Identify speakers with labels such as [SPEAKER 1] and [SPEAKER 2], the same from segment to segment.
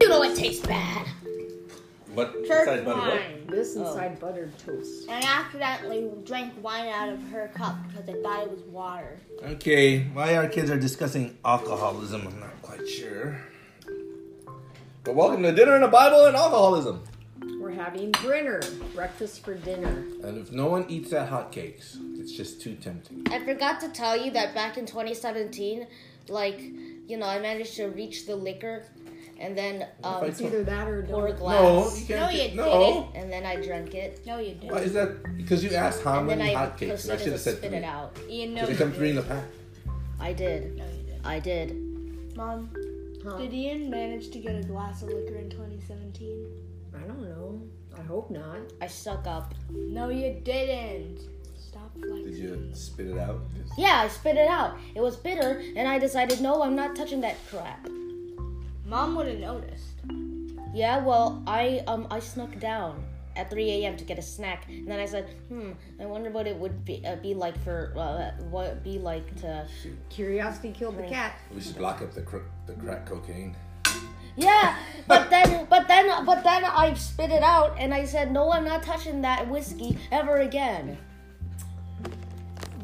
[SPEAKER 1] don't taste bad.
[SPEAKER 2] What
[SPEAKER 1] Church
[SPEAKER 2] besides butter? What?
[SPEAKER 1] wine.
[SPEAKER 3] This
[SPEAKER 4] Oh.
[SPEAKER 3] inside buttered toast.
[SPEAKER 1] And I accidentally drank wine out of her cup because I thought it was water.
[SPEAKER 2] Okay, why our kids are discussing alcoholism, I'm not quite sure. But welcome to Dinner and a Bible and Alcoholism.
[SPEAKER 3] We're having dinner, breakfast for dinner.
[SPEAKER 2] And if no one eats that hotcakes, it's just too tempting.
[SPEAKER 4] I forgot to tell you that back in 2017, like, you know, I managed to reach the liquor and then
[SPEAKER 2] What
[SPEAKER 4] um,
[SPEAKER 2] if
[SPEAKER 3] It's either that or
[SPEAKER 4] pour a
[SPEAKER 3] don't.
[SPEAKER 2] No,
[SPEAKER 4] glass.
[SPEAKER 2] you can't.
[SPEAKER 1] No,
[SPEAKER 2] get-
[SPEAKER 1] you
[SPEAKER 2] no.
[SPEAKER 4] And then I drank it.
[SPEAKER 1] No, you didn't.
[SPEAKER 2] Why is that? Because you asked how
[SPEAKER 4] And then
[SPEAKER 2] many
[SPEAKER 4] I
[SPEAKER 2] hotcakes, and I
[SPEAKER 4] proceeded
[SPEAKER 2] should
[SPEAKER 4] to
[SPEAKER 2] have said
[SPEAKER 4] spit
[SPEAKER 2] three.
[SPEAKER 4] it out.
[SPEAKER 1] Ian, no,
[SPEAKER 2] Because
[SPEAKER 1] you
[SPEAKER 2] it comes three in the
[SPEAKER 1] didn't.
[SPEAKER 2] pack.
[SPEAKER 4] I did.
[SPEAKER 1] No, you didn't.
[SPEAKER 4] I did.
[SPEAKER 1] Mom,
[SPEAKER 3] Huh?
[SPEAKER 1] did Ian manage to get a glass of liquor in 2017?
[SPEAKER 3] I don't know. I hope not.
[SPEAKER 4] I suck up.
[SPEAKER 1] No, you didn't. Stop flexing.
[SPEAKER 2] Did you spit it out?
[SPEAKER 4] Yeah, I spit it out. It was bitter, and I decided, no, I'm not touching that crap.
[SPEAKER 1] Mom would have noticed.
[SPEAKER 4] Yeah, well, I um I snuck down at 3 a.m. to get a snack, and then I said, hmm, I wonder what it would be, uh, be like for uh, what it'd be like to.
[SPEAKER 3] Curiosity killed the cat.
[SPEAKER 2] We should block up the cr- the crack cocaine.
[SPEAKER 4] Yeah, but then but then but then I spit it out, and I said, no, I'm not touching that whiskey ever again.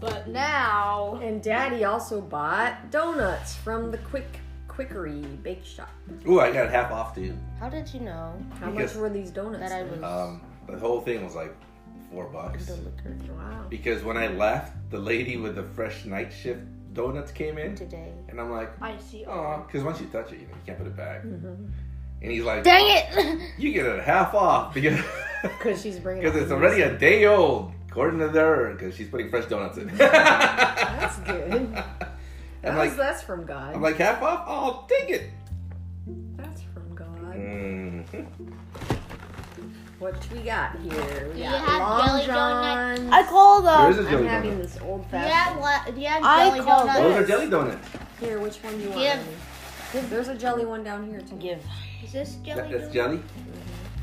[SPEAKER 1] But now.
[SPEAKER 3] And Daddy also bought donuts from the Quick Quickery Bake Shop.
[SPEAKER 2] Ooh, I got half off, dude.
[SPEAKER 4] How did you know
[SPEAKER 3] How
[SPEAKER 2] Because-
[SPEAKER 3] much were these donuts?
[SPEAKER 4] that I was
[SPEAKER 2] Um, the whole thing was like four bucks.
[SPEAKER 4] the liquor
[SPEAKER 3] Wow.
[SPEAKER 2] Because when I left, the lady with the fresh night shift donuts came in,
[SPEAKER 4] today?
[SPEAKER 2] and I'm like,
[SPEAKER 1] I see.
[SPEAKER 2] oh, because once you touch it, you, know, you can't put it back.
[SPEAKER 3] Mhm.
[SPEAKER 2] And he's like,
[SPEAKER 4] Dang it!
[SPEAKER 2] you get it half off because
[SPEAKER 3] Because she's bringing.
[SPEAKER 2] because
[SPEAKER 3] up
[SPEAKER 2] it's
[SPEAKER 3] these.
[SPEAKER 2] already a day old, according to her, because she's putting fresh donuts in.
[SPEAKER 3] That's good.
[SPEAKER 2] I'm
[SPEAKER 3] That
[SPEAKER 2] like,
[SPEAKER 3] was, that's from God.
[SPEAKER 2] I'm like half off. I'll take it.
[SPEAKER 3] that's from God. Mm-hmm.
[SPEAKER 2] Mm.
[SPEAKER 3] What do we got here? We
[SPEAKER 1] you
[SPEAKER 3] got
[SPEAKER 1] have
[SPEAKER 3] Long
[SPEAKER 1] jelly donuts?
[SPEAKER 3] John.
[SPEAKER 4] I call
[SPEAKER 2] There is
[SPEAKER 4] them.
[SPEAKER 2] a
[SPEAKER 3] I'm
[SPEAKER 2] jelly
[SPEAKER 3] having
[SPEAKER 2] donut.
[SPEAKER 3] this old
[SPEAKER 1] Yeah,
[SPEAKER 3] fashioned.
[SPEAKER 1] what? Do you have
[SPEAKER 4] I
[SPEAKER 1] jelly
[SPEAKER 4] call
[SPEAKER 1] donuts?
[SPEAKER 2] Those
[SPEAKER 4] this.
[SPEAKER 2] are jelly donuts.
[SPEAKER 3] Here, which one do you want?
[SPEAKER 1] Give.
[SPEAKER 3] Give. There's a jelly one down here too.
[SPEAKER 4] Give.
[SPEAKER 1] Is this jelly
[SPEAKER 2] That, that's
[SPEAKER 1] donut?
[SPEAKER 2] jelly.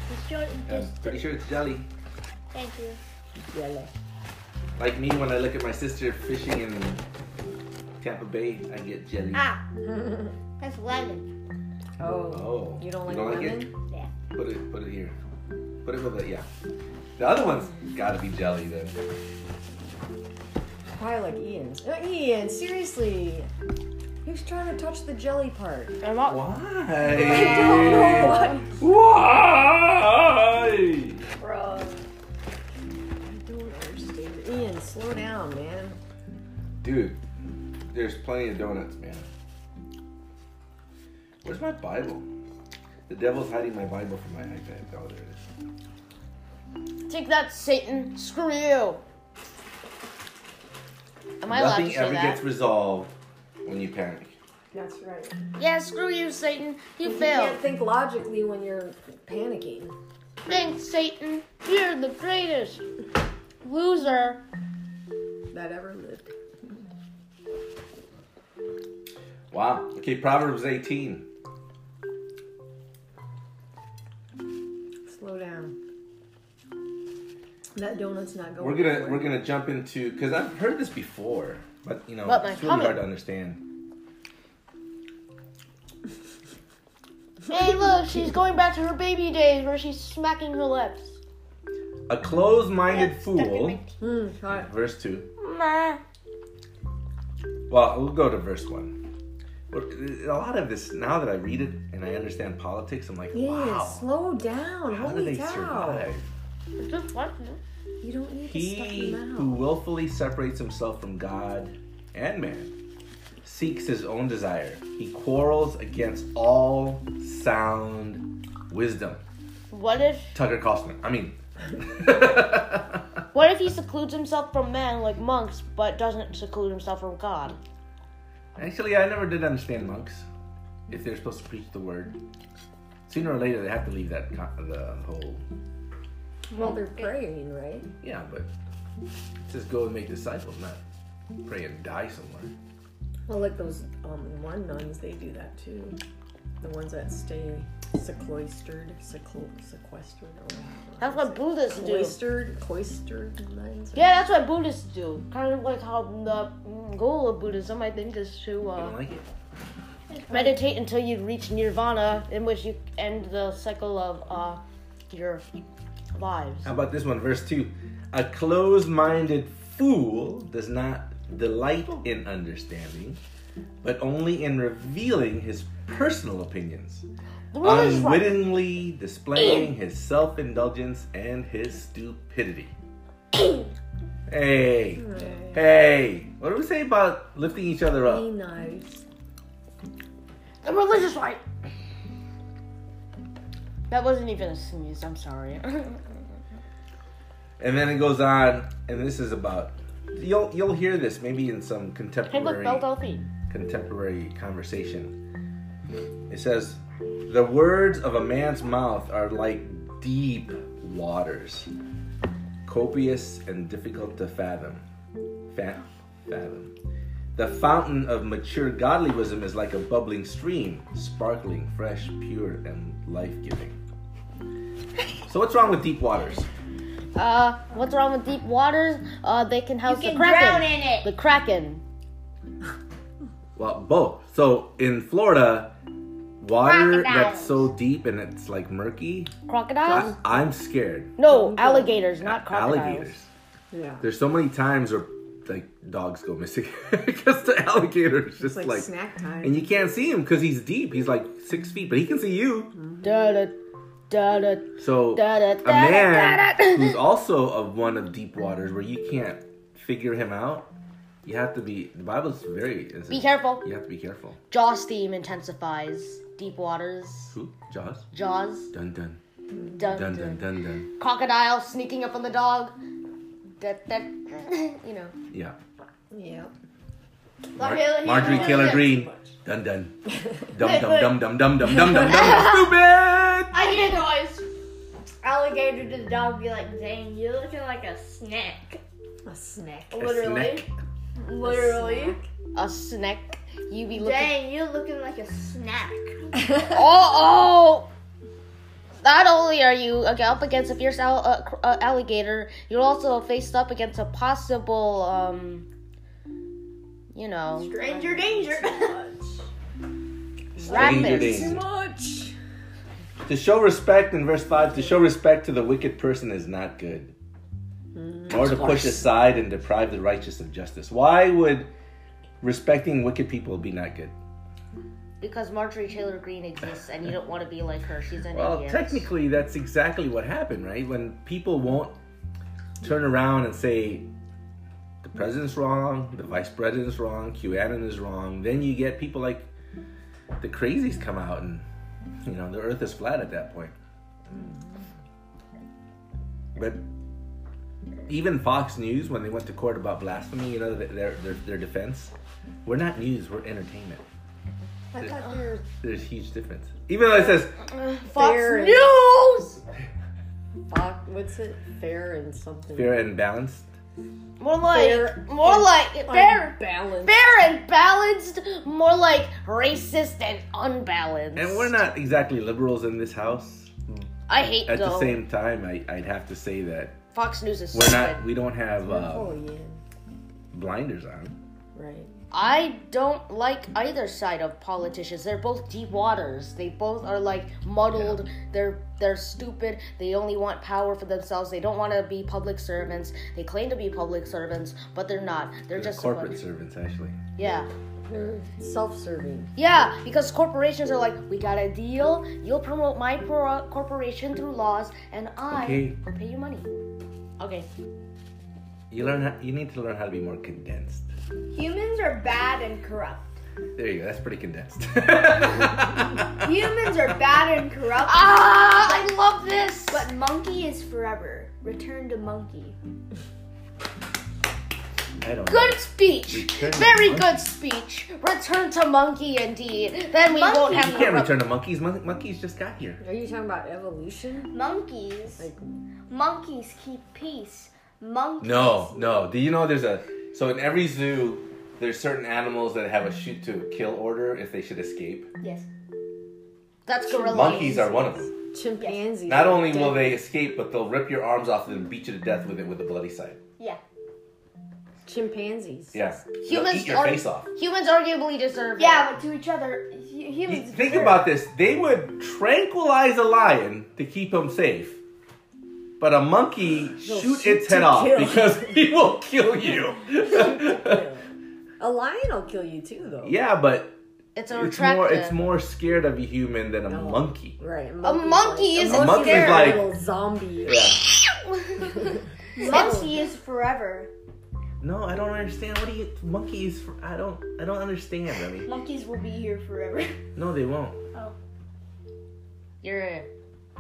[SPEAKER 1] This jelly.
[SPEAKER 2] I'm
[SPEAKER 1] This,
[SPEAKER 2] pretty sure it's jelly.
[SPEAKER 1] Thank you.
[SPEAKER 3] Yellow.
[SPEAKER 2] Like me when I look at my sister fishing in Tampa Bay, I get jelly.
[SPEAKER 1] Ah, that's lemon.
[SPEAKER 3] oh.
[SPEAKER 2] Oh,
[SPEAKER 3] You don't like
[SPEAKER 2] it?
[SPEAKER 3] lemon?
[SPEAKER 1] Yeah.
[SPEAKER 2] Put it, put it here. Put it with it. Yeah. The other one's got to be jelly then.
[SPEAKER 3] Probably like Ian's. Uh, Ian, seriously. He was trying to touch the jelly part.
[SPEAKER 4] I'm not-
[SPEAKER 2] Why? Why?
[SPEAKER 1] Bro.
[SPEAKER 3] I don't understand. Ian, slow down, man.
[SPEAKER 2] Dude, there's plenty of donuts, man. Where's my Bible? The devil's hiding my Bible from my iPad. Oh, there it is.
[SPEAKER 4] Take that, Satan. Screw you. Am I allowed to
[SPEAKER 2] Nothing
[SPEAKER 4] say
[SPEAKER 2] ever
[SPEAKER 4] that?
[SPEAKER 2] gets resolved when you panic.
[SPEAKER 3] That's right.
[SPEAKER 4] Yeah, screw you, Satan. You
[SPEAKER 3] You
[SPEAKER 4] failed.
[SPEAKER 3] can't think logically when you're panicking.
[SPEAKER 4] Thanks, Satan. You're the greatest loser.
[SPEAKER 3] That ever lived.
[SPEAKER 2] Wow. Okay, Proverbs 18.
[SPEAKER 3] Slow down. That donut's not going.
[SPEAKER 2] We're gonna
[SPEAKER 3] anywhere.
[SPEAKER 2] we're gonna jump into because I've heard this before, but you know
[SPEAKER 4] But my
[SPEAKER 2] it's really hard
[SPEAKER 4] comment-
[SPEAKER 2] to understand.
[SPEAKER 4] Hey, look, she's going back to her baby days where she's smacking her lips.
[SPEAKER 2] A closed-minded
[SPEAKER 1] Stuck in my
[SPEAKER 2] fool.
[SPEAKER 1] teeth.
[SPEAKER 3] Mm, try it.
[SPEAKER 2] Verse two.
[SPEAKER 4] Meh.
[SPEAKER 2] Well, we'll go to verse one. We're- A lot of this now that I read it and I understand politics, I'm like,
[SPEAKER 3] Yeah,
[SPEAKER 2] wow,
[SPEAKER 3] slow down.
[SPEAKER 2] how do
[SPEAKER 3] Holy
[SPEAKER 2] they
[SPEAKER 3] cow.
[SPEAKER 2] survive?
[SPEAKER 4] It's just what?
[SPEAKER 3] You don't need to stuff
[SPEAKER 2] He
[SPEAKER 3] them
[SPEAKER 2] who
[SPEAKER 3] out.
[SPEAKER 2] willfully separates himself from God and man seeks his own desire. He quarrels against all sound wisdom.
[SPEAKER 4] What if
[SPEAKER 2] Tucker Carlson. I mean,
[SPEAKER 4] what if he secludes himself from men like monks, but doesn't seclude himself from God?
[SPEAKER 2] actually, I never did understand monks. If they're supposed to preach the word, sooner or later they have to leave that con- the whole.
[SPEAKER 3] Well, they're praying, right?
[SPEAKER 2] Yeah, but just go and make disciples, not pray and die somewhere.
[SPEAKER 3] Well, like those um, one nuns, they do that too. The ones that stay sequestered, sequ- sequestered. oh, Or
[SPEAKER 4] That's what Buddhists do.
[SPEAKER 3] cloistered, cloistered nuns. or-
[SPEAKER 4] Yeah, that's what Buddhists do. Kind of like how the mm, goal of Buddhism, I think, is to
[SPEAKER 2] You don't
[SPEAKER 4] uh,
[SPEAKER 2] like it?
[SPEAKER 4] Meditate until you reach nirvana, in which you end the cycle of uh, your lives.
[SPEAKER 2] How about this one, verse 2? A closed minded fool does not delight in understanding, but only in revealing his personal opinions,
[SPEAKER 4] What is
[SPEAKER 2] Um,
[SPEAKER 4] wrong?
[SPEAKER 2] unwittingly displaying his self indulgence and his stupidity. hey,
[SPEAKER 3] Mm.
[SPEAKER 2] hey, what do we say about lifting each other
[SPEAKER 3] Be
[SPEAKER 2] up?
[SPEAKER 3] nice.
[SPEAKER 4] The religious right. That wasn't even a sneeze. I'm sorry.
[SPEAKER 2] And then it goes on, and this is about. You'll, you'll hear this maybe in some
[SPEAKER 4] hey, look,
[SPEAKER 2] contemporary
[SPEAKER 4] Belle Delphi.
[SPEAKER 2] contemporary conversation. It says, The words of a man's mouth are like deep waters, copious and difficult to fathom. Fa- fathom. The fountain of mature godly wisdom is like a bubbling stream, sparkling, fresh, pure, and life giving. So, what's wrong with deep waters?
[SPEAKER 4] Uh, what's wrong with deep waters? Uh, they can house
[SPEAKER 1] You can
[SPEAKER 4] the kraken.
[SPEAKER 1] drown in it.
[SPEAKER 4] The kraken.
[SPEAKER 2] Well, both. So, in Florida, water that's
[SPEAKER 1] Crocodiles.
[SPEAKER 2] so deep and it's like murky,
[SPEAKER 4] Crocodiles?
[SPEAKER 2] I, I'm scared.
[SPEAKER 4] no, alligators, not crocodiles.
[SPEAKER 2] alligators.
[SPEAKER 3] Yeah.
[SPEAKER 2] There's so many times where like dogs go missing because the alligator is just
[SPEAKER 3] It's like,
[SPEAKER 2] like,
[SPEAKER 3] snack time.
[SPEAKER 2] and you can't see him because he's deep. He's like six feet, but he can see you.
[SPEAKER 4] Da da da da.
[SPEAKER 2] So
[SPEAKER 4] Da, da,
[SPEAKER 2] a
[SPEAKER 4] da,
[SPEAKER 2] man
[SPEAKER 4] da, da.
[SPEAKER 2] who's also of one of deep waters where you can't figure him out, you have to be. The Bible's very. it's-
[SPEAKER 4] Be careful.
[SPEAKER 2] You have to be careful.
[SPEAKER 4] Jaws theme intensifies. Deep waters.
[SPEAKER 2] Who? Jaws.
[SPEAKER 4] Jaws.
[SPEAKER 2] Dun dun
[SPEAKER 4] Dun,
[SPEAKER 2] dun
[SPEAKER 4] dun,
[SPEAKER 2] dun dun dun.
[SPEAKER 4] Crocodile sneaking up on the dog. That that you know.
[SPEAKER 2] Yeah.
[SPEAKER 3] Yep.
[SPEAKER 2] Mar-
[SPEAKER 1] Really?
[SPEAKER 2] Marjorie
[SPEAKER 1] Yeah.
[SPEAKER 2] Taylor
[SPEAKER 1] Yeah.
[SPEAKER 2] Green. Dun dun. Dum
[SPEAKER 1] but-
[SPEAKER 2] dum dum dum dum dum dum dum dum. Stupid.
[SPEAKER 1] I did guys. Alligator to the dog be like, dang, you're looking like a snack.
[SPEAKER 3] A snack.
[SPEAKER 2] A
[SPEAKER 1] Literally.
[SPEAKER 2] snack.
[SPEAKER 1] Literally.
[SPEAKER 4] A snack. You be looking.
[SPEAKER 1] Dang, you're looking like a snack.
[SPEAKER 4] Oh, oh! Not only are you uh, up against a fierce al- uh, cr- uh, alligator, you're also faced up against a possible, um, you know,
[SPEAKER 1] Stranger danger.
[SPEAKER 2] Stranger
[SPEAKER 4] rapids.
[SPEAKER 2] danger.
[SPEAKER 3] Too much.
[SPEAKER 2] To show respect in verse 5, to show respect to the wicked person is not good. Or to push aside and deprive the righteous of justice. Why would respecting wicked people be not good?
[SPEAKER 4] Because Marjorie Taylor Greene exists, and you don't want to be like her. She's an
[SPEAKER 2] Well,
[SPEAKER 4] idiot.
[SPEAKER 2] technically, that's exactly what happened, right? When people won't turn around and say, the president's wrong, the vice president's wrong, QAnon is wrong, then you get people like the crazies come out and, you know, the earth is flat at that point. But even Fox News, when they went to court about blasphemy, you know, th- their, their, their defense, we're not news, we're entertainment.
[SPEAKER 3] I thought they were
[SPEAKER 2] There's huge difference. Even though it says,
[SPEAKER 4] Fox
[SPEAKER 3] fair and-
[SPEAKER 4] News.
[SPEAKER 3] Fox, what's it? Fair and something.
[SPEAKER 2] fair and balanced,
[SPEAKER 4] More like,
[SPEAKER 3] Fair
[SPEAKER 4] more
[SPEAKER 3] and
[SPEAKER 4] like fair,
[SPEAKER 3] Unbalanced.
[SPEAKER 4] fair and balanced. More like racist and unbalanced.
[SPEAKER 2] And we're not exactly liberals in this house.
[SPEAKER 4] I hate
[SPEAKER 2] At the
[SPEAKER 4] though.
[SPEAKER 2] same time, I, I'd have to say that
[SPEAKER 4] Fox News is
[SPEAKER 2] we're
[SPEAKER 4] stupid.
[SPEAKER 2] not. We don't have uh,
[SPEAKER 3] Oh yeah.
[SPEAKER 2] blinders on.
[SPEAKER 3] Right.
[SPEAKER 4] I don't like either side of politicians. They're both deep waters. They both are like muddled. They're they're stupid. They only want power for themselves. They don't want to be public servants. They claim to be public servants, but they're not. They're,
[SPEAKER 2] They're
[SPEAKER 4] just
[SPEAKER 2] corporate servants, actually.
[SPEAKER 4] Yeah.
[SPEAKER 3] They're self-serving.
[SPEAKER 4] Yeah, because corporations are like, we got a deal. You'll promote my pro- corporation through laws, and I
[SPEAKER 2] Okay.
[SPEAKER 4] will pay you money. Okay.
[SPEAKER 2] You learn. How, you need to learn how to be more condensed.
[SPEAKER 1] Humans are bad and corrupt.
[SPEAKER 2] There you go. That's pretty condensed.
[SPEAKER 1] Humans are bad and corrupt.
[SPEAKER 4] Ah, I love this.
[SPEAKER 1] But monkey is forever. Return to monkey.
[SPEAKER 2] I don't.
[SPEAKER 4] Good speech.
[SPEAKER 2] Return to
[SPEAKER 4] Very
[SPEAKER 2] monkey.
[SPEAKER 4] good speech. Return to monkey indeed. Then we
[SPEAKER 1] Monkey.
[SPEAKER 4] won't
[SPEAKER 2] Know.
[SPEAKER 4] have
[SPEAKER 2] You can't
[SPEAKER 4] corrupt-
[SPEAKER 2] return to monkeys. Mon- monkeys just got here.
[SPEAKER 3] Are you talking about evolution?
[SPEAKER 1] Monkeys.
[SPEAKER 3] Like
[SPEAKER 1] Monkeys keep peace. Monkeys.
[SPEAKER 2] No, no. Do you know there's a so in every zoo there's certain animals that have a shoot to kill order if they should escape.
[SPEAKER 1] Yes.
[SPEAKER 4] That's gorilla.
[SPEAKER 2] Monkeys are one of them.
[SPEAKER 3] chimpanzees.
[SPEAKER 2] Not
[SPEAKER 3] are
[SPEAKER 2] only will
[SPEAKER 3] dead.
[SPEAKER 2] they escape, but they'll rip your arms off and beat you to death with it with a bloody side.
[SPEAKER 1] Yeah.
[SPEAKER 3] chimpanzees.
[SPEAKER 2] Yeah.
[SPEAKER 4] Humans
[SPEAKER 2] They'll eat your
[SPEAKER 4] are-
[SPEAKER 2] face off.
[SPEAKER 4] Humans arguably deserve.
[SPEAKER 1] Yeah, but to each other, hu-
[SPEAKER 2] You
[SPEAKER 1] humans.
[SPEAKER 2] think
[SPEAKER 1] are-
[SPEAKER 2] about this. They would tranquilize a lion to keep him safe. But a monkey shoot,
[SPEAKER 3] shoot
[SPEAKER 2] its head
[SPEAKER 3] to
[SPEAKER 2] off
[SPEAKER 3] kill.
[SPEAKER 2] because he will kill you.
[SPEAKER 3] Yeah. A lion will kill you too, though.
[SPEAKER 2] yeah, but
[SPEAKER 4] it. It's
[SPEAKER 2] it's
[SPEAKER 4] attractive.
[SPEAKER 2] more it's more scared of a human than a
[SPEAKER 3] No.
[SPEAKER 2] monkey.
[SPEAKER 3] Right.
[SPEAKER 4] monkey is
[SPEAKER 3] a monkey's
[SPEAKER 2] scared.
[SPEAKER 3] like
[SPEAKER 2] like-
[SPEAKER 3] a little zombie.
[SPEAKER 2] Yeah.
[SPEAKER 1] Monkey is forever.
[SPEAKER 2] No, I don't understand. What do you monkeys? For, I don't I don't understand, Remy.
[SPEAKER 1] Monkeys will be here forever.
[SPEAKER 2] No, they won't.
[SPEAKER 4] You're in.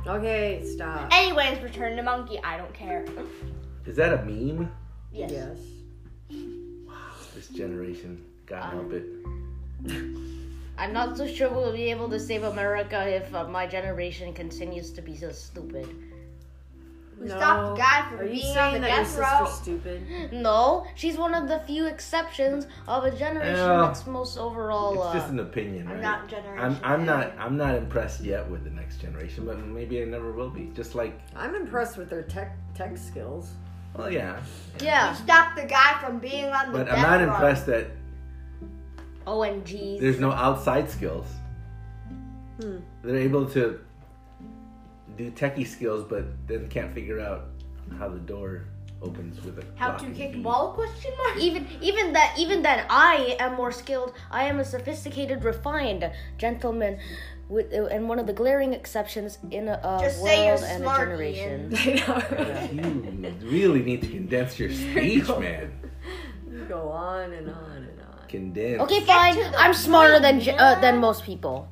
[SPEAKER 3] Okay, stop.
[SPEAKER 1] Anyways, return to monkey. I don't care.
[SPEAKER 2] Is that a meme?
[SPEAKER 1] Yes.
[SPEAKER 3] Yes.
[SPEAKER 2] This generation, God
[SPEAKER 3] Um,
[SPEAKER 2] help it.
[SPEAKER 4] I'm not so sure we'll be able to save America if uh, my generation continues to be so stupid.
[SPEAKER 1] We stopped the guy from
[SPEAKER 3] Are you
[SPEAKER 1] being
[SPEAKER 3] saying
[SPEAKER 1] on the
[SPEAKER 3] that your
[SPEAKER 1] death
[SPEAKER 3] sister's
[SPEAKER 1] row.
[SPEAKER 3] stupid?
[SPEAKER 4] No, she's one of the few exceptions of a generation
[SPEAKER 2] Yeah.
[SPEAKER 4] that's most overall.
[SPEAKER 2] It's just
[SPEAKER 4] Uh,
[SPEAKER 2] an opinion, right?
[SPEAKER 1] I'm not generation.
[SPEAKER 2] I'm, I'm
[SPEAKER 1] X.
[SPEAKER 2] not I'm not impressed yet with the next generation, but maybe I never will be. Just like,
[SPEAKER 3] I'm impressed with their tech tech skills.
[SPEAKER 2] well, yeah,
[SPEAKER 4] yeah.
[SPEAKER 1] Stop the guy from being on the
[SPEAKER 2] but
[SPEAKER 1] death
[SPEAKER 2] I'm not
[SPEAKER 1] row.
[SPEAKER 2] impressed that
[SPEAKER 4] OMGs.
[SPEAKER 2] there's no outside skills.
[SPEAKER 3] Hmm.
[SPEAKER 2] They're able to do techie skills, but then can't figure out how the door opens with a
[SPEAKER 1] How
[SPEAKER 2] lock
[SPEAKER 1] to
[SPEAKER 2] and
[SPEAKER 1] kick
[SPEAKER 2] key.
[SPEAKER 1] ball? Question mark.
[SPEAKER 4] Even even that even that I am more skilled. I am a sophisticated, refined gentleman, with and one of the glaring exceptions in a, a
[SPEAKER 1] Just
[SPEAKER 4] world
[SPEAKER 1] say you're
[SPEAKER 4] and
[SPEAKER 1] smart,
[SPEAKER 4] a generation.
[SPEAKER 3] They are.
[SPEAKER 2] You really need to condense your speech, man.
[SPEAKER 3] Go on and on and on.
[SPEAKER 2] Condense.
[SPEAKER 4] Okay, fine.
[SPEAKER 1] to the
[SPEAKER 4] I'm smarter than
[SPEAKER 1] point,
[SPEAKER 4] ge- uh, than
[SPEAKER 1] man.
[SPEAKER 4] most people.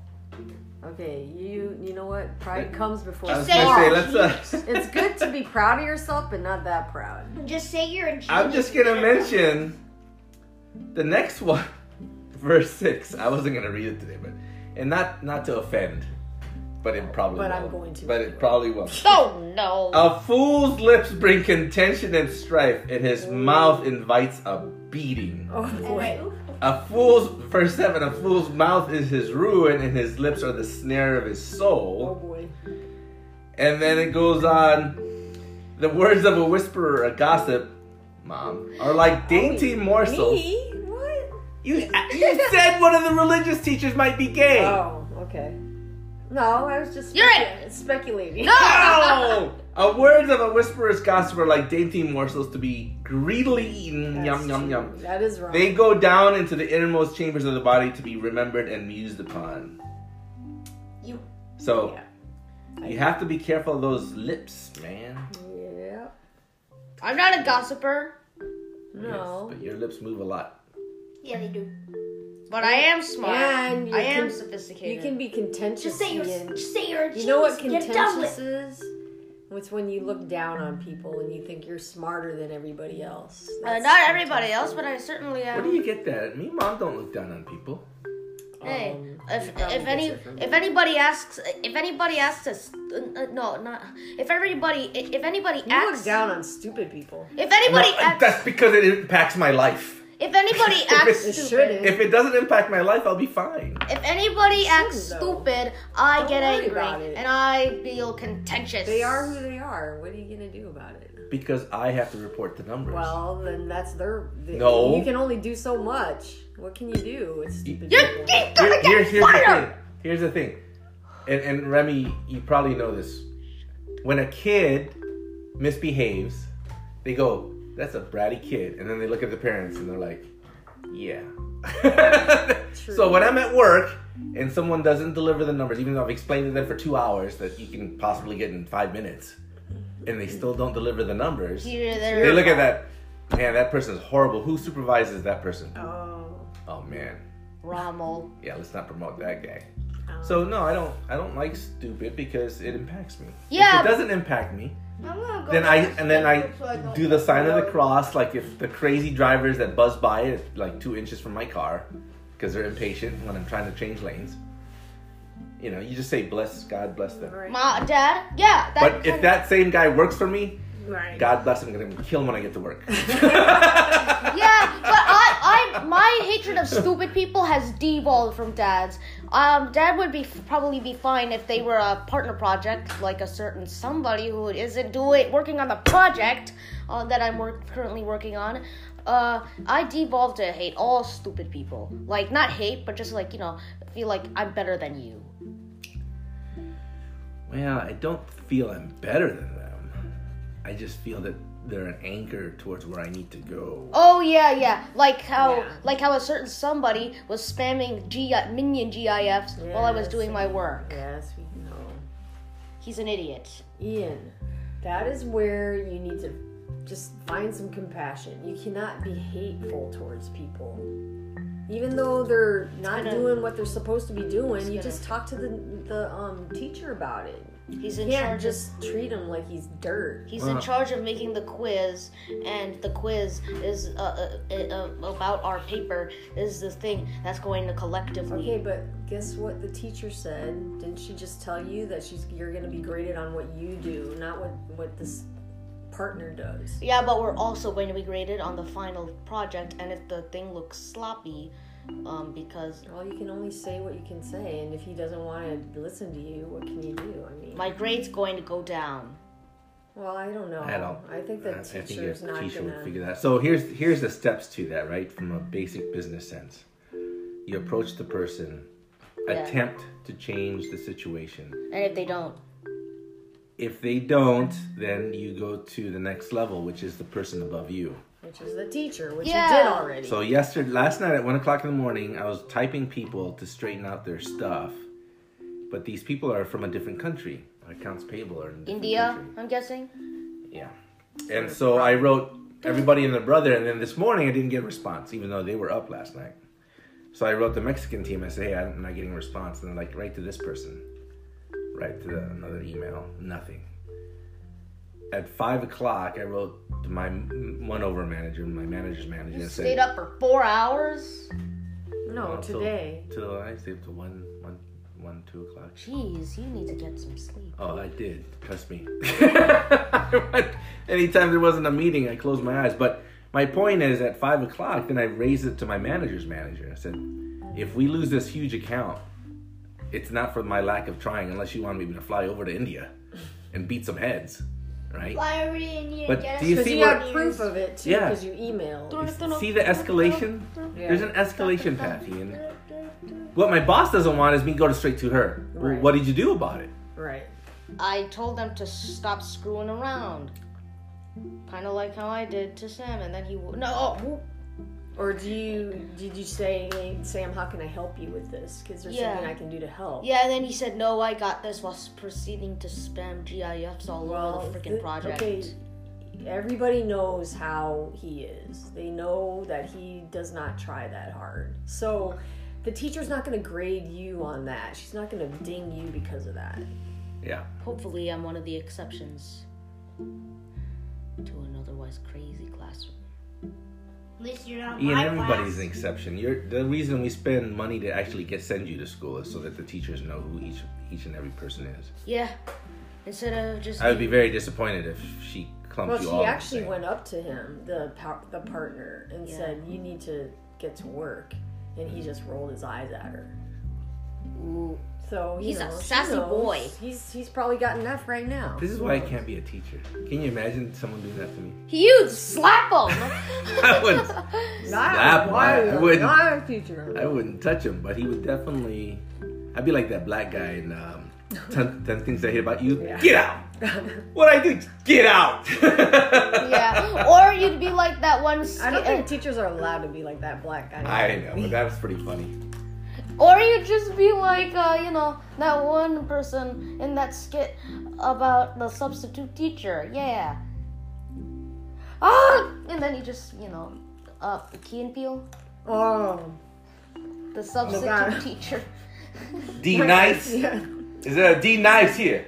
[SPEAKER 3] Okay, you you know what? Pride
[SPEAKER 2] Wait.
[SPEAKER 3] comes before
[SPEAKER 2] I was
[SPEAKER 1] Just
[SPEAKER 3] pride.
[SPEAKER 1] say-
[SPEAKER 2] gonna say let's. Uh,
[SPEAKER 3] It's good to be proud of yourself, but not that proud.
[SPEAKER 1] Just say you're a genius.
[SPEAKER 2] I'm just gonna mention the next one, verse six. I wasn't gonna read it today, but and not not to offend, but it probably.
[SPEAKER 3] But I'm
[SPEAKER 2] will.
[SPEAKER 3] going to.
[SPEAKER 2] But it probably will.
[SPEAKER 4] Oh no.
[SPEAKER 2] A fool's lips bring contention and strife, and his mouth invites a beating.
[SPEAKER 3] Oh boy.
[SPEAKER 2] A fool's verse seven. A fool's mouth is his ruin, and his lips are the snare of his soul.
[SPEAKER 3] Oh boy.
[SPEAKER 2] And then it goes on. The words of a whisperer, a gossip, mom, are like dainty morsels.
[SPEAKER 3] Oh, Me? What?
[SPEAKER 2] You, you said one of the religious teachers might be gay.
[SPEAKER 3] Oh, okay. No, I was just
[SPEAKER 4] You're
[SPEAKER 3] specu- speculating.
[SPEAKER 2] No! A words of a whisperer's gossip are like dainty morsels to be greedily eaten.
[SPEAKER 3] That's
[SPEAKER 2] yum yum
[SPEAKER 3] true.
[SPEAKER 2] yum.
[SPEAKER 3] That is wrong.
[SPEAKER 2] They go down into the innermost chambers of the body to be remembered and mused upon.
[SPEAKER 1] You.
[SPEAKER 2] So
[SPEAKER 3] Yeah.
[SPEAKER 2] you have to be careful of those lips, man.
[SPEAKER 3] Yeah.
[SPEAKER 4] I'm not a gossiper,
[SPEAKER 3] No.
[SPEAKER 2] Yes, but your lips move a lot.
[SPEAKER 1] Yeah, they do.
[SPEAKER 4] but I am smart.
[SPEAKER 3] And you
[SPEAKER 4] I am
[SPEAKER 3] can-
[SPEAKER 4] sophisticated.
[SPEAKER 3] You can be contentious.
[SPEAKER 1] Just say you're.
[SPEAKER 3] Ian.
[SPEAKER 1] Just say you're a genius.
[SPEAKER 3] You know what
[SPEAKER 1] Get done
[SPEAKER 3] contentious
[SPEAKER 1] with.
[SPEAKER 3] is? It's when you look down on people and you think you're smarter than everybody else.
[SPEAKER 4] uh,
[SPEAKER 3] That's-
[SPEAKER 4] not everybody else, but I certainly
[SPEAKER 2] Where
[SPEAKER 4] am.
[SPEAKER 2] do you get that? Me, and mom, don't look down on people.
[SPEAKER 4] Hey,
[SPEAKER 3] Um,
[SPEAKER 4] if,
[SPEAKER 3] you probably
[SPEAKER 4] if any
[SPEAKER 3] get it from
[SPEAKER 4] if
[SPEAKER 3] me.
[SPEAKER 4] anybody asks if anybody asks us uh, uh, no not if everybody if anybody
[SPEAKER 3] you look
[SPEAKER 4] asks
[SPEAKER 3] down on stupid people.
[SPEAKER 4] if anybody
[SPEAKER 2] No,
[SPEAKER 4] asks,
[SPEAKER 2] that's because it impacts my life.
[SPEAKER 4] if anybody acts
[SPEAKER 2] It
[SPEAKER 3] It
[SPEAKER 4] stupid
[SPEAKER 3] shouldn't.
[SPEAKER 2] If it doesn't impact my life, I'll be fine.
[SPEAKER 4] if anybody acts
[SPEAKER 3] though.
[SPEAKER 4] stupid I
[SPEAKER 3] Don't
[SPEAKER 4] get
[SPEAKER 3] worry about
[SPEAKER 4] angry
[SPEAKER 3] it.
[SPEAKER 4] and I feel contentious.
[SPEAKER 3] They are who they are. What are you gonna do about it?
[SPEAKER 2] Because I have to report the numbers.
[SPEAKER 3] Well, then that's their. They,
[SPEAKER 2] No.
[SPEAKER 3] You can only do so much. What can you do? It's stupid.
[SPEAKER 4] You're,
[SPEAKER 3] people.
[SPEAKER 4] you're
[SPEAKER 2] Here-
[SPEAKER 4] gonna
[SPEAKER 2] here-
[SPEAKER 4] get
[SPEAKER 2] here's the
[SPEAKER 4] fired.
[SPEAKER 2] thing. Here's the thing. And, and Remy, you probably know this. When a kid misbehaves, they go, "That's a bratty kid," and then they look at the parents and they're like, "Yeah." so when I'm at work and someone doesn't deliver the numbers, even though I've explained to them for two hours that you can possibly get in five minutes, and they still don't deliver the numbers,
[SPEAKER 4] Here
[SPEAKER 2] they
[SPEAKER 4] they're-
[SPEAKER 2] look at that. Man, that person's horrible. Who supervises that person?
[SPEAKER 3] Oh.
[SPEAKER 2] Oh man.
[SPEAKER 4] Rommel.
[SPEAKER 2] Yeah, let's not promote that guy. So no, I don't. I don't like stupid because it impacts me.
[SPEAKER 4] Yeah,
[SPEAKER 2] If it doesn't impact me,
[SPEAKER 1] I'm gonna go
[SPEAKER 2] then I
[SPEAKER 1] back
[SPEAKER 2] and then I
[SPEAKER 1] so don't
[SPEAKER 2] do the sign of the
[SPEAKER 1] know.
[SPEAKER 2] cross. Like if the crazy drivers that buzz by it like two inches from my car, because they're impatient when I'm trying to change lanes. You know, you just say bless God, bless them.
[SPEAKER 3] Right.
[SPEAKER 4] Ma, dad, yeah. That
[SPEAKER 2] But
[SPEAKER 4] kind
[SPEAKER 2] if
[SPEAKER 4] of-
[SPEAKER 2] that same guy works for me,
[SPEAKER 3] Right.
[SPEAKER 2] God bless him. I'm gonna kill him when I get to work.
[SPEAKER 4] yeah, but I, I, my hatred of stupid people has devolved from dad's. Um, dad would be probably be fine if they were a partner project, like a certain somebody who isn't doing working on the project uh, that I'm work, currently working on. uh, I devolved to hate all stupid people. Like not hate, but just like you know, feel like I'm better than you.
[SPEAKER 2] Well, I don't feel I'm better than them. I just feel that they're an anchor towards where I need to go.
[SPEAKER 4] Oh yeah, yeah. Like how
[SPEAKER 3] Yeah.
[SPEAKER 4] like how a certain somebody was spamming G- uh, minion GIFs while I was
[SPEAKER 3] Yes.
[SPEAKER 4] doing my work.
[SPEAKER 3] Yes, we know.
[SPEAKER 4] He's an idiot.
[SPEAKER 3] Ian, that is where you need to just find some compassion. You cannot be hateful towards people. Even though they're not
[SPEAKER 4] gonna-
[SPEAKER 3] doing what they're supposed to be doing, you
[SPEAKER 4] gonna-
[SPEAKER 3] just talk to the, the um, teacher about it.
[SPEAKER 4] He's
[SPEAKER 3] You
[SPEAKER 4] in
[SPEAKER 3] can't
[SPEAKER 4] charge.
[SPEAKER 3] just treat him like he's dirt.
[SPEAKER 4] He's
[SPEAKER 2] Wow.
[SPEAKER 4] in charge of making the quiz, and the quiz is uh, uh, uh, about our paper is the thing that's going to collectively.
[SPEAKER 3] Okay, but guess what the teacher said? Didn't she just tell you that she's you're going to be graded on what you do, not what what this partner does?
[SPEAKER 4] Yeah, but we're also going to be graded on the final project, and if the thing looks sloppy, um, because
[SPEAKER 3] Well, you can only say what you can say, and if he doesn't want to listen to you, what can you do? I mean,
[SPEAKER 4] my grade's going to go down.
[SPEAKER 3] Well, I don't know.
[SPEAKER 2] I don't.
[SPEAKER 3] Oh, I think
[SPEAKER 2] I-
[SPEAKER 3] the
[SPEAKER 2] I think
[SPEAKER 3] teacher's
[SPEAKER 2] your
[SPEAKER 3] not
[SPEAKER 2] teacher would
[SPEAKER 3] gonna.
[SPEAKER 2] figure that. out. So here's here's the steps to that, right? From a basic business sense, you approach the person,
[SPEAKER 4] Yeah.
[SPEAKER 2] attempt to change the situation.
[SPEAKER 4] And if they don't,
[SPEAKER 2] If they don't, then you go to the next level, which is the person above you.
[SPEAKER 3] Which is the teacher, which
[SPEAKER 4] Yeah.
[SPEAKER 3] you did already.
[SPEAKER 2] So yesterday, last night at one o'clock in the morning, I was typing people to straighten out their stuff, but these people are from a different country. Accounts payable are in a different
[SPEAKER 4] India,
[SPEAKER 2] country.
[SPEAKER 4] I'm guessing.
[SPEAKER 2] Yeah. And so I wrote everybody and their brother, and then this morning I didn't get a response, even though they were up last night. So I wrote the Mexican team. I say, hey, I'm not getting a response. And they're like, write to this person, write to the, another email, nothing. At five o'clock, I wrote to my m- one over manager, my manager's manager, and
[SPEAKER 4] Stayed
[SPEAKER 2] said,
[SPEAKER 4] up for four hours.
[SPEAKER 3] no, Oh, today.
[SPEAKER 2] Till, till I stayed up Uh, to one, one, one, two o'clock.
[SPEAKER 4] Jeez, you need to get some sleep.
[SPEAKER 2] Oh, I did. Trust me. I went- Anytime there wasn't a meeting, I closed my eyes. But my point is, at five o'clock, then I raised it to my manager's manager. I said, "If we lose this huge account, it's not for my lack of trying, unless you want me to fly over to India and beat some heads, right?"
[SPEAKER 1] Why are we in here?
[SPEAKER 2] But
[SPEAKER 1] Get
[SPEAKER 2] do
[SPEAKER 1] us
[SPEAKER 2] you
[SPEAKER 1] to
[SPEAKER 3] Because
[SPEAKER 2] see
[SPEAKER 3] you
[SPEAKER 1] the
[SPEAKER 2] what-
[SPEAKER 3] had
[SPEAKER 1] news.
[SPEAKER 3] proof of it too,
[SPEAKER 2] Yeah.
[SPEAKER 3] because you emailed.
[SPEAKER 2] See the escalation?
[SPEAKER 3] Yeah.
[SPEAKER 2] There's an escalation path, Ian. What my boss doesn't want is me going straight to her. Well,
[SPEAKER 3] Right.
[SPEAKER 2] What did you do about it?
[SPEAKER 3] Right.
[SPEAKER 4] I told them to stop screwing around. Kind of like how I did to Sam, and then he w- no. oh, whoop.
[SPEAKER 3] Or do you did you say, hey, Sam, how can I help you with this? Because there's
[SPEAKER 4] Yeah.
[SPEAKER 3] something I can do to help.
[SPEAKER 4] Yeah, and then he said, "No, I got this," while s- proceeding to spam GIFs all
[SPEAKER 3] Well,
[SPEAKER 4] over the freaking
[SPEAKER 3] th-
[SPEAKER 4] project.
[SPEAKER 3] okay. Everybody knows how he is. They know that he does not try that hard. So the teacher's not going to grade you on that. She's not going to ding you because of that.
[SPEAKER 2] Yeah.
[SPEAKER 4] Hopefully, I'm one of the exceptions to an otherwise crazy classroom.
[SPEAKER 1] At least you're not
[SPEAKER 2] Ian,
[SPEAKER 1] my
[SPEAKER 2] everybody's an
[SPEAKER 1] class.
[SPEAKER 2] exception. You're, the reason we spend money to actually get send you to school is so that the teachers know who each each and every person is.
[SPEAKER 4] Yeah, instead of just
[SPEAKER 2] I would be very disappointed if she clumped
[SPEAKER 3] Well,
[SPEAKER 2] you all.
[SPEAKER 3] she
[SPEAKER 2] in the
[SPEAKER 3] actually
[SPEAKER 2] same.
[SPEAKER 3] went up to him, the par- the partner, and
[SPEAKER 4] Yeah.
[SPEAKER 3] said, "You need to get to work," and he just rolled his eyes at her.
[SPEAKER 4] Ooh,
[SPEAKER 3] So you
[SPEAKER 4] He's a
[SPEAKER 3] know, she
[SPEAKER 4] sassy
[SPEAKER 3] knows.
[SPEAKER 4] boy.
[SPEAKER 3] He's he's probably got enough right now.
[SPEAKER 2] This is why I can't be a teacher. Can you imagine someone doing that to me?
[SPEAKER 4] huge slap him.
[SPEAKER 2] I wouldn't. Slap, why- I wouldn't.
[SPEAKER 3] Not a teacher.
[SPEAKER 2] I wouldn't touch him, but he would definitely. I'd be like that black guy in um, 10, 10 Things I Hate About You.
[SPEAKER 3] Yeah.
[SPEAKER 2] Get out! What I do? Get out!
[SPEAKER 4] yeah, or you'd be like that one.
[SPEAKER 3] I don't
[SPEAKER 4] sk-
[SPEAKER 3] think teachers are allowed to be like that black guy.
[SPEAKER 2] I know, but that was pretty funny.
[SPEAKER 4] Or you just be like, uh, you know, that one person in that skit about the substitute teacher. Yeah. Ah! And then you just, you know, uh, Key and Peele,
[SPEAKER 3] Oh,
[SPEAKER 4] the substitute
[SPEAKER 3] God.
[SPEAKER 4] teacher.
[SPEAKER 2] D Knives?
[SPEAKER 3] yeah.
[SPEAKER 2] Is there a D Knives here?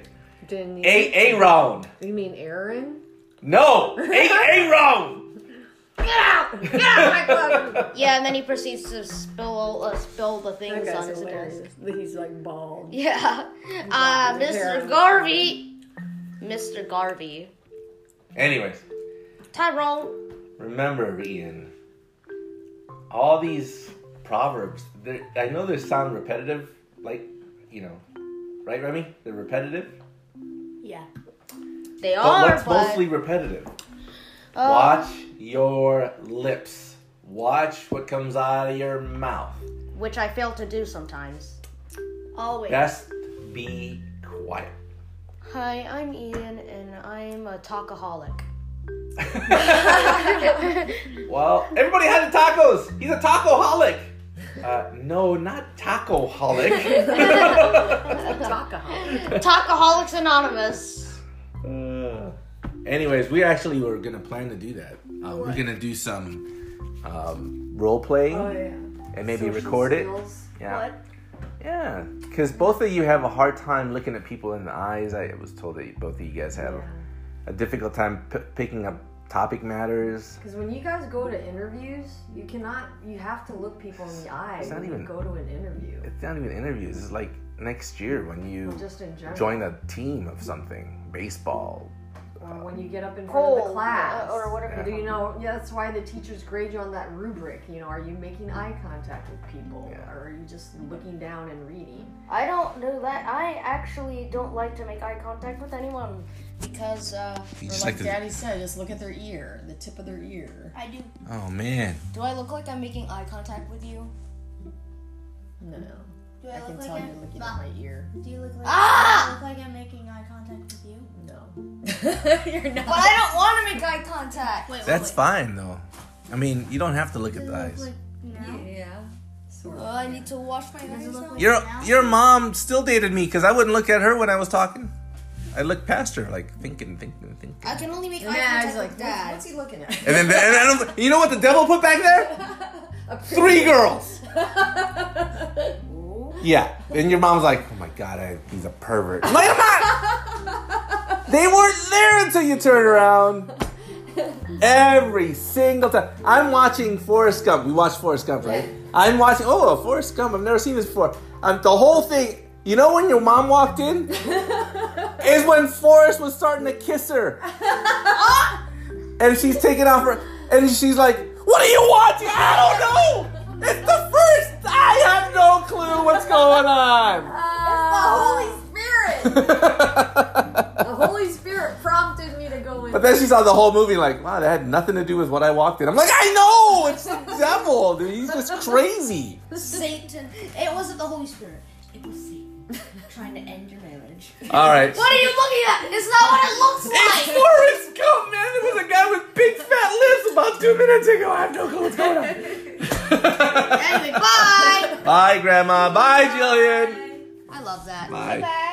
[SPEAKER 3] Didn't you,
[SPEAKER 2] A A round.
[SPEAKER 3] you mean Aaron?
[SPEAKER 2] No, A A round.
[SPEAKER 3] Get out! Get out of my club!
[SPEAKER 4] Yeah, and then he proceeds to spill uh, spill the
[SPEAKER 3] That
[SPEAKER 4] things on
[SPEAKER 3] guy's
[SPEAKER 4] his
[SPEAKER 3] hilarious.
[SPEAKER 4] desk.
[SPEAKER 3] He's like bald.
[SPEAKER 4] Yeah. Uh, Mr.
[SPEAKER 3] Apparently.
[SPEAKER 4] Garvey. Mr. Garvey.
[SPEAKER 2] Anyways,
[SPEAKER 4] Tyrone.
[SPEAKER 2] remember, Ian. All these proverbs. they're- I know they sound repetitive, like you know, right, Remy? They're repetitive,
[SPEAKER 1] Yeah.
[SPEAKER 4] They
[SPEAKER 2] but
[SPEAKER 4] are,
[SPEAKER 2] what's
[SPEAKER 4] but Uh,
[SPEAKER 2] mostly repetitive? Watch your lips. Watch what comes out of your mouth.
[SPEAKER 4] which I fail to do sometimes.
[SPEAKER 1] Always.
[SPEAKER 2] Best be quiet.
[SPEAKER 4] Hi, I'm Ian, and I'm a talkaholic.
[SPEAKER 2] well, everybody had the tacos. He's a tacoholic. Uh, no, not tacoholic.
[SPEAKER 3] Alcohol.
[SPEAKER 4] Talkaholics Anonymous.
[SPEAKER 2] Uh, anyways, we actually were gonna plan to do that. Uh, we're gonna do some um, role playing
[SPEAKER 3] Oh yeah.
[SPEAKER 2] and maybe
[SPEAKER 3] Social
[SPEAKER 2] record
[SPEAKER 3] skills.
[SPEAKER 2] it. Yeah,
[SPEAKER 1] what?
[SPEAKER 2] yeah. Because both of you have a hard time looking at people in the eyes. I was told that both of you guys have a difficult time p- picking up topic matters.
[SPEAKER 3] Because when you guys go to interviews, you cannot. You have to look people in the eye
[SPEAKER 2] It's not
[SPEAKER 3] when
[SPEAKER 2] even-
[SPEAKER 3] you go to an interview.
[SPEAKER 2] It's not even interviews. It's like next year when you
[SPEAKER 3] Just in general.
[SPEAKER 2] join a team of something, baseball.
[SPEAKER 3] or Uh, when you get up in front of
[SPEAKER 4] Goal
[SPEAKER 3] the class.
[SPEAKER 4] or whatever.
[SPEAKER 3] Do you know? Yeah, that's why the teachers grade you on that rubric. You know, are you making eye contact with people,
[SPEAKER 2] Yeah.
[SPEAKER 3] or are you just looking down and reading?
[SPEAKER 4] I don't do that. I actually don't like to make eye contact with anyone because uh,
[SPEAKER 2] You
[SPEAKER 5] Or
[SPEAKER 2] just
[SPEAKER 5] like,
[SPEAKER 2] like to-
[SPEAKER 5] Daddy said, just look at their ear, the tip of their ear.
[SPEAKER 4] I do.
[SPEAKER 2] Oh man.
[SPEAKER 4] Do I look like I'm making eye contact with you?
[SPEAKER 5] No,
[SPEAKER 3] Mm-hmm.
[SPEAKER 6] Do I,
[SPEAKER 5] I
[SPEAKER 6] look
[SPEAKER 5] can
[SPEAKER 6] like
[SPEAKER 5] tell
[SPEAKER 6] I'm,
[SPEAKER 5] you're looking at my ear.
[SPEAKER 6] Do you look like
[SPEAKER 4] Ah!
[SPEAKER 6] do I look like I'm making eye contact with you?
[SPEAKER 5] No, you're not.
[SPEAKER 4] But I don't want to make eye contact.
[SPEAKER 6] Wait,
[SPEAKER 2] That's fine though. I mean, you don't have to look at the eyes.
[SPEAKER 6] no.
[SPEAKER 5] Yeah. Sort
[SPEAKER 4] Oh, I need to wash my
[SPEAKER 6] Does
[SPEAKER 4] hands.
[SPEAKER 6] it look like
[SPEAKER 2] Your
[SPEAKER 6] now?
[SPEAKER 2] your mom still dated me because I wouldn't look at her when I was talking. I looked past her, like thinking, thinking, thinking.
[SPEAKER 4] I can only make
[SPEAKER 5] And
[SPEAKER 4] eye
[SPEAKER 5] then I was
[SPEAKER 4] contact
[SPEAKER 5] like,
[SPEAKER 4] with
[SPEAKER 5] what's,
[SPEAKER 4] dad.
[SPEAKER 5] what's he looking at?
[SPEAKER 2] And then, and I don't, you know what the devil put back there?
[SPEAKER 5] A pretty-
[SPEAKER 2] Three girls. Yeah. And your mom's like, oh my god, I, he's a pervert. I'm like, I'm not. They weren't there until you turned around. Every single time. I'm watching Forrest Gump. We watched Forrest Gump, right? I'm watching. Oh, Forrest Gump. I've never seen this before. Um, the whole thing. You know when your mom walked in? is when Forrest was starting to kiss her. and she's taking off her. And she's like, What are you watching? I don't know! It's the first! I have no clue what's going on!
[SPEAKER 3] Oh, the
[SPEAKER 2] but
[SPEAKER 3] Holy Spirit prompted me to go in.
[SPEAKER 2] then she saw the whole movie, like, Wow, that had nothing to do with what I walked in. I'm like, I know! It's the devil, dude. He's just crazy.
[SPEAKER 6] Satan. It wasn't the Holy Spirit. It was Satan trying to end your marriage.
[SPEAKER 2] Alright.
[SPEAKER 6] What are you looking at? It's not what it looks
[SPEAKER 2] It's
[SPEAKER 6] like.
[SPEAKER 2] Forrest Gump, man. There was a guy with big fat lips about two minutes ago. I have no clue what's going on.
[SPEAKER 6] anyway, bye.
[SPEAKER 2] Bye, Grandma. Bye, Jillian.
[SPEAKER 6] I love that.
[SPEAKER 2] Bye.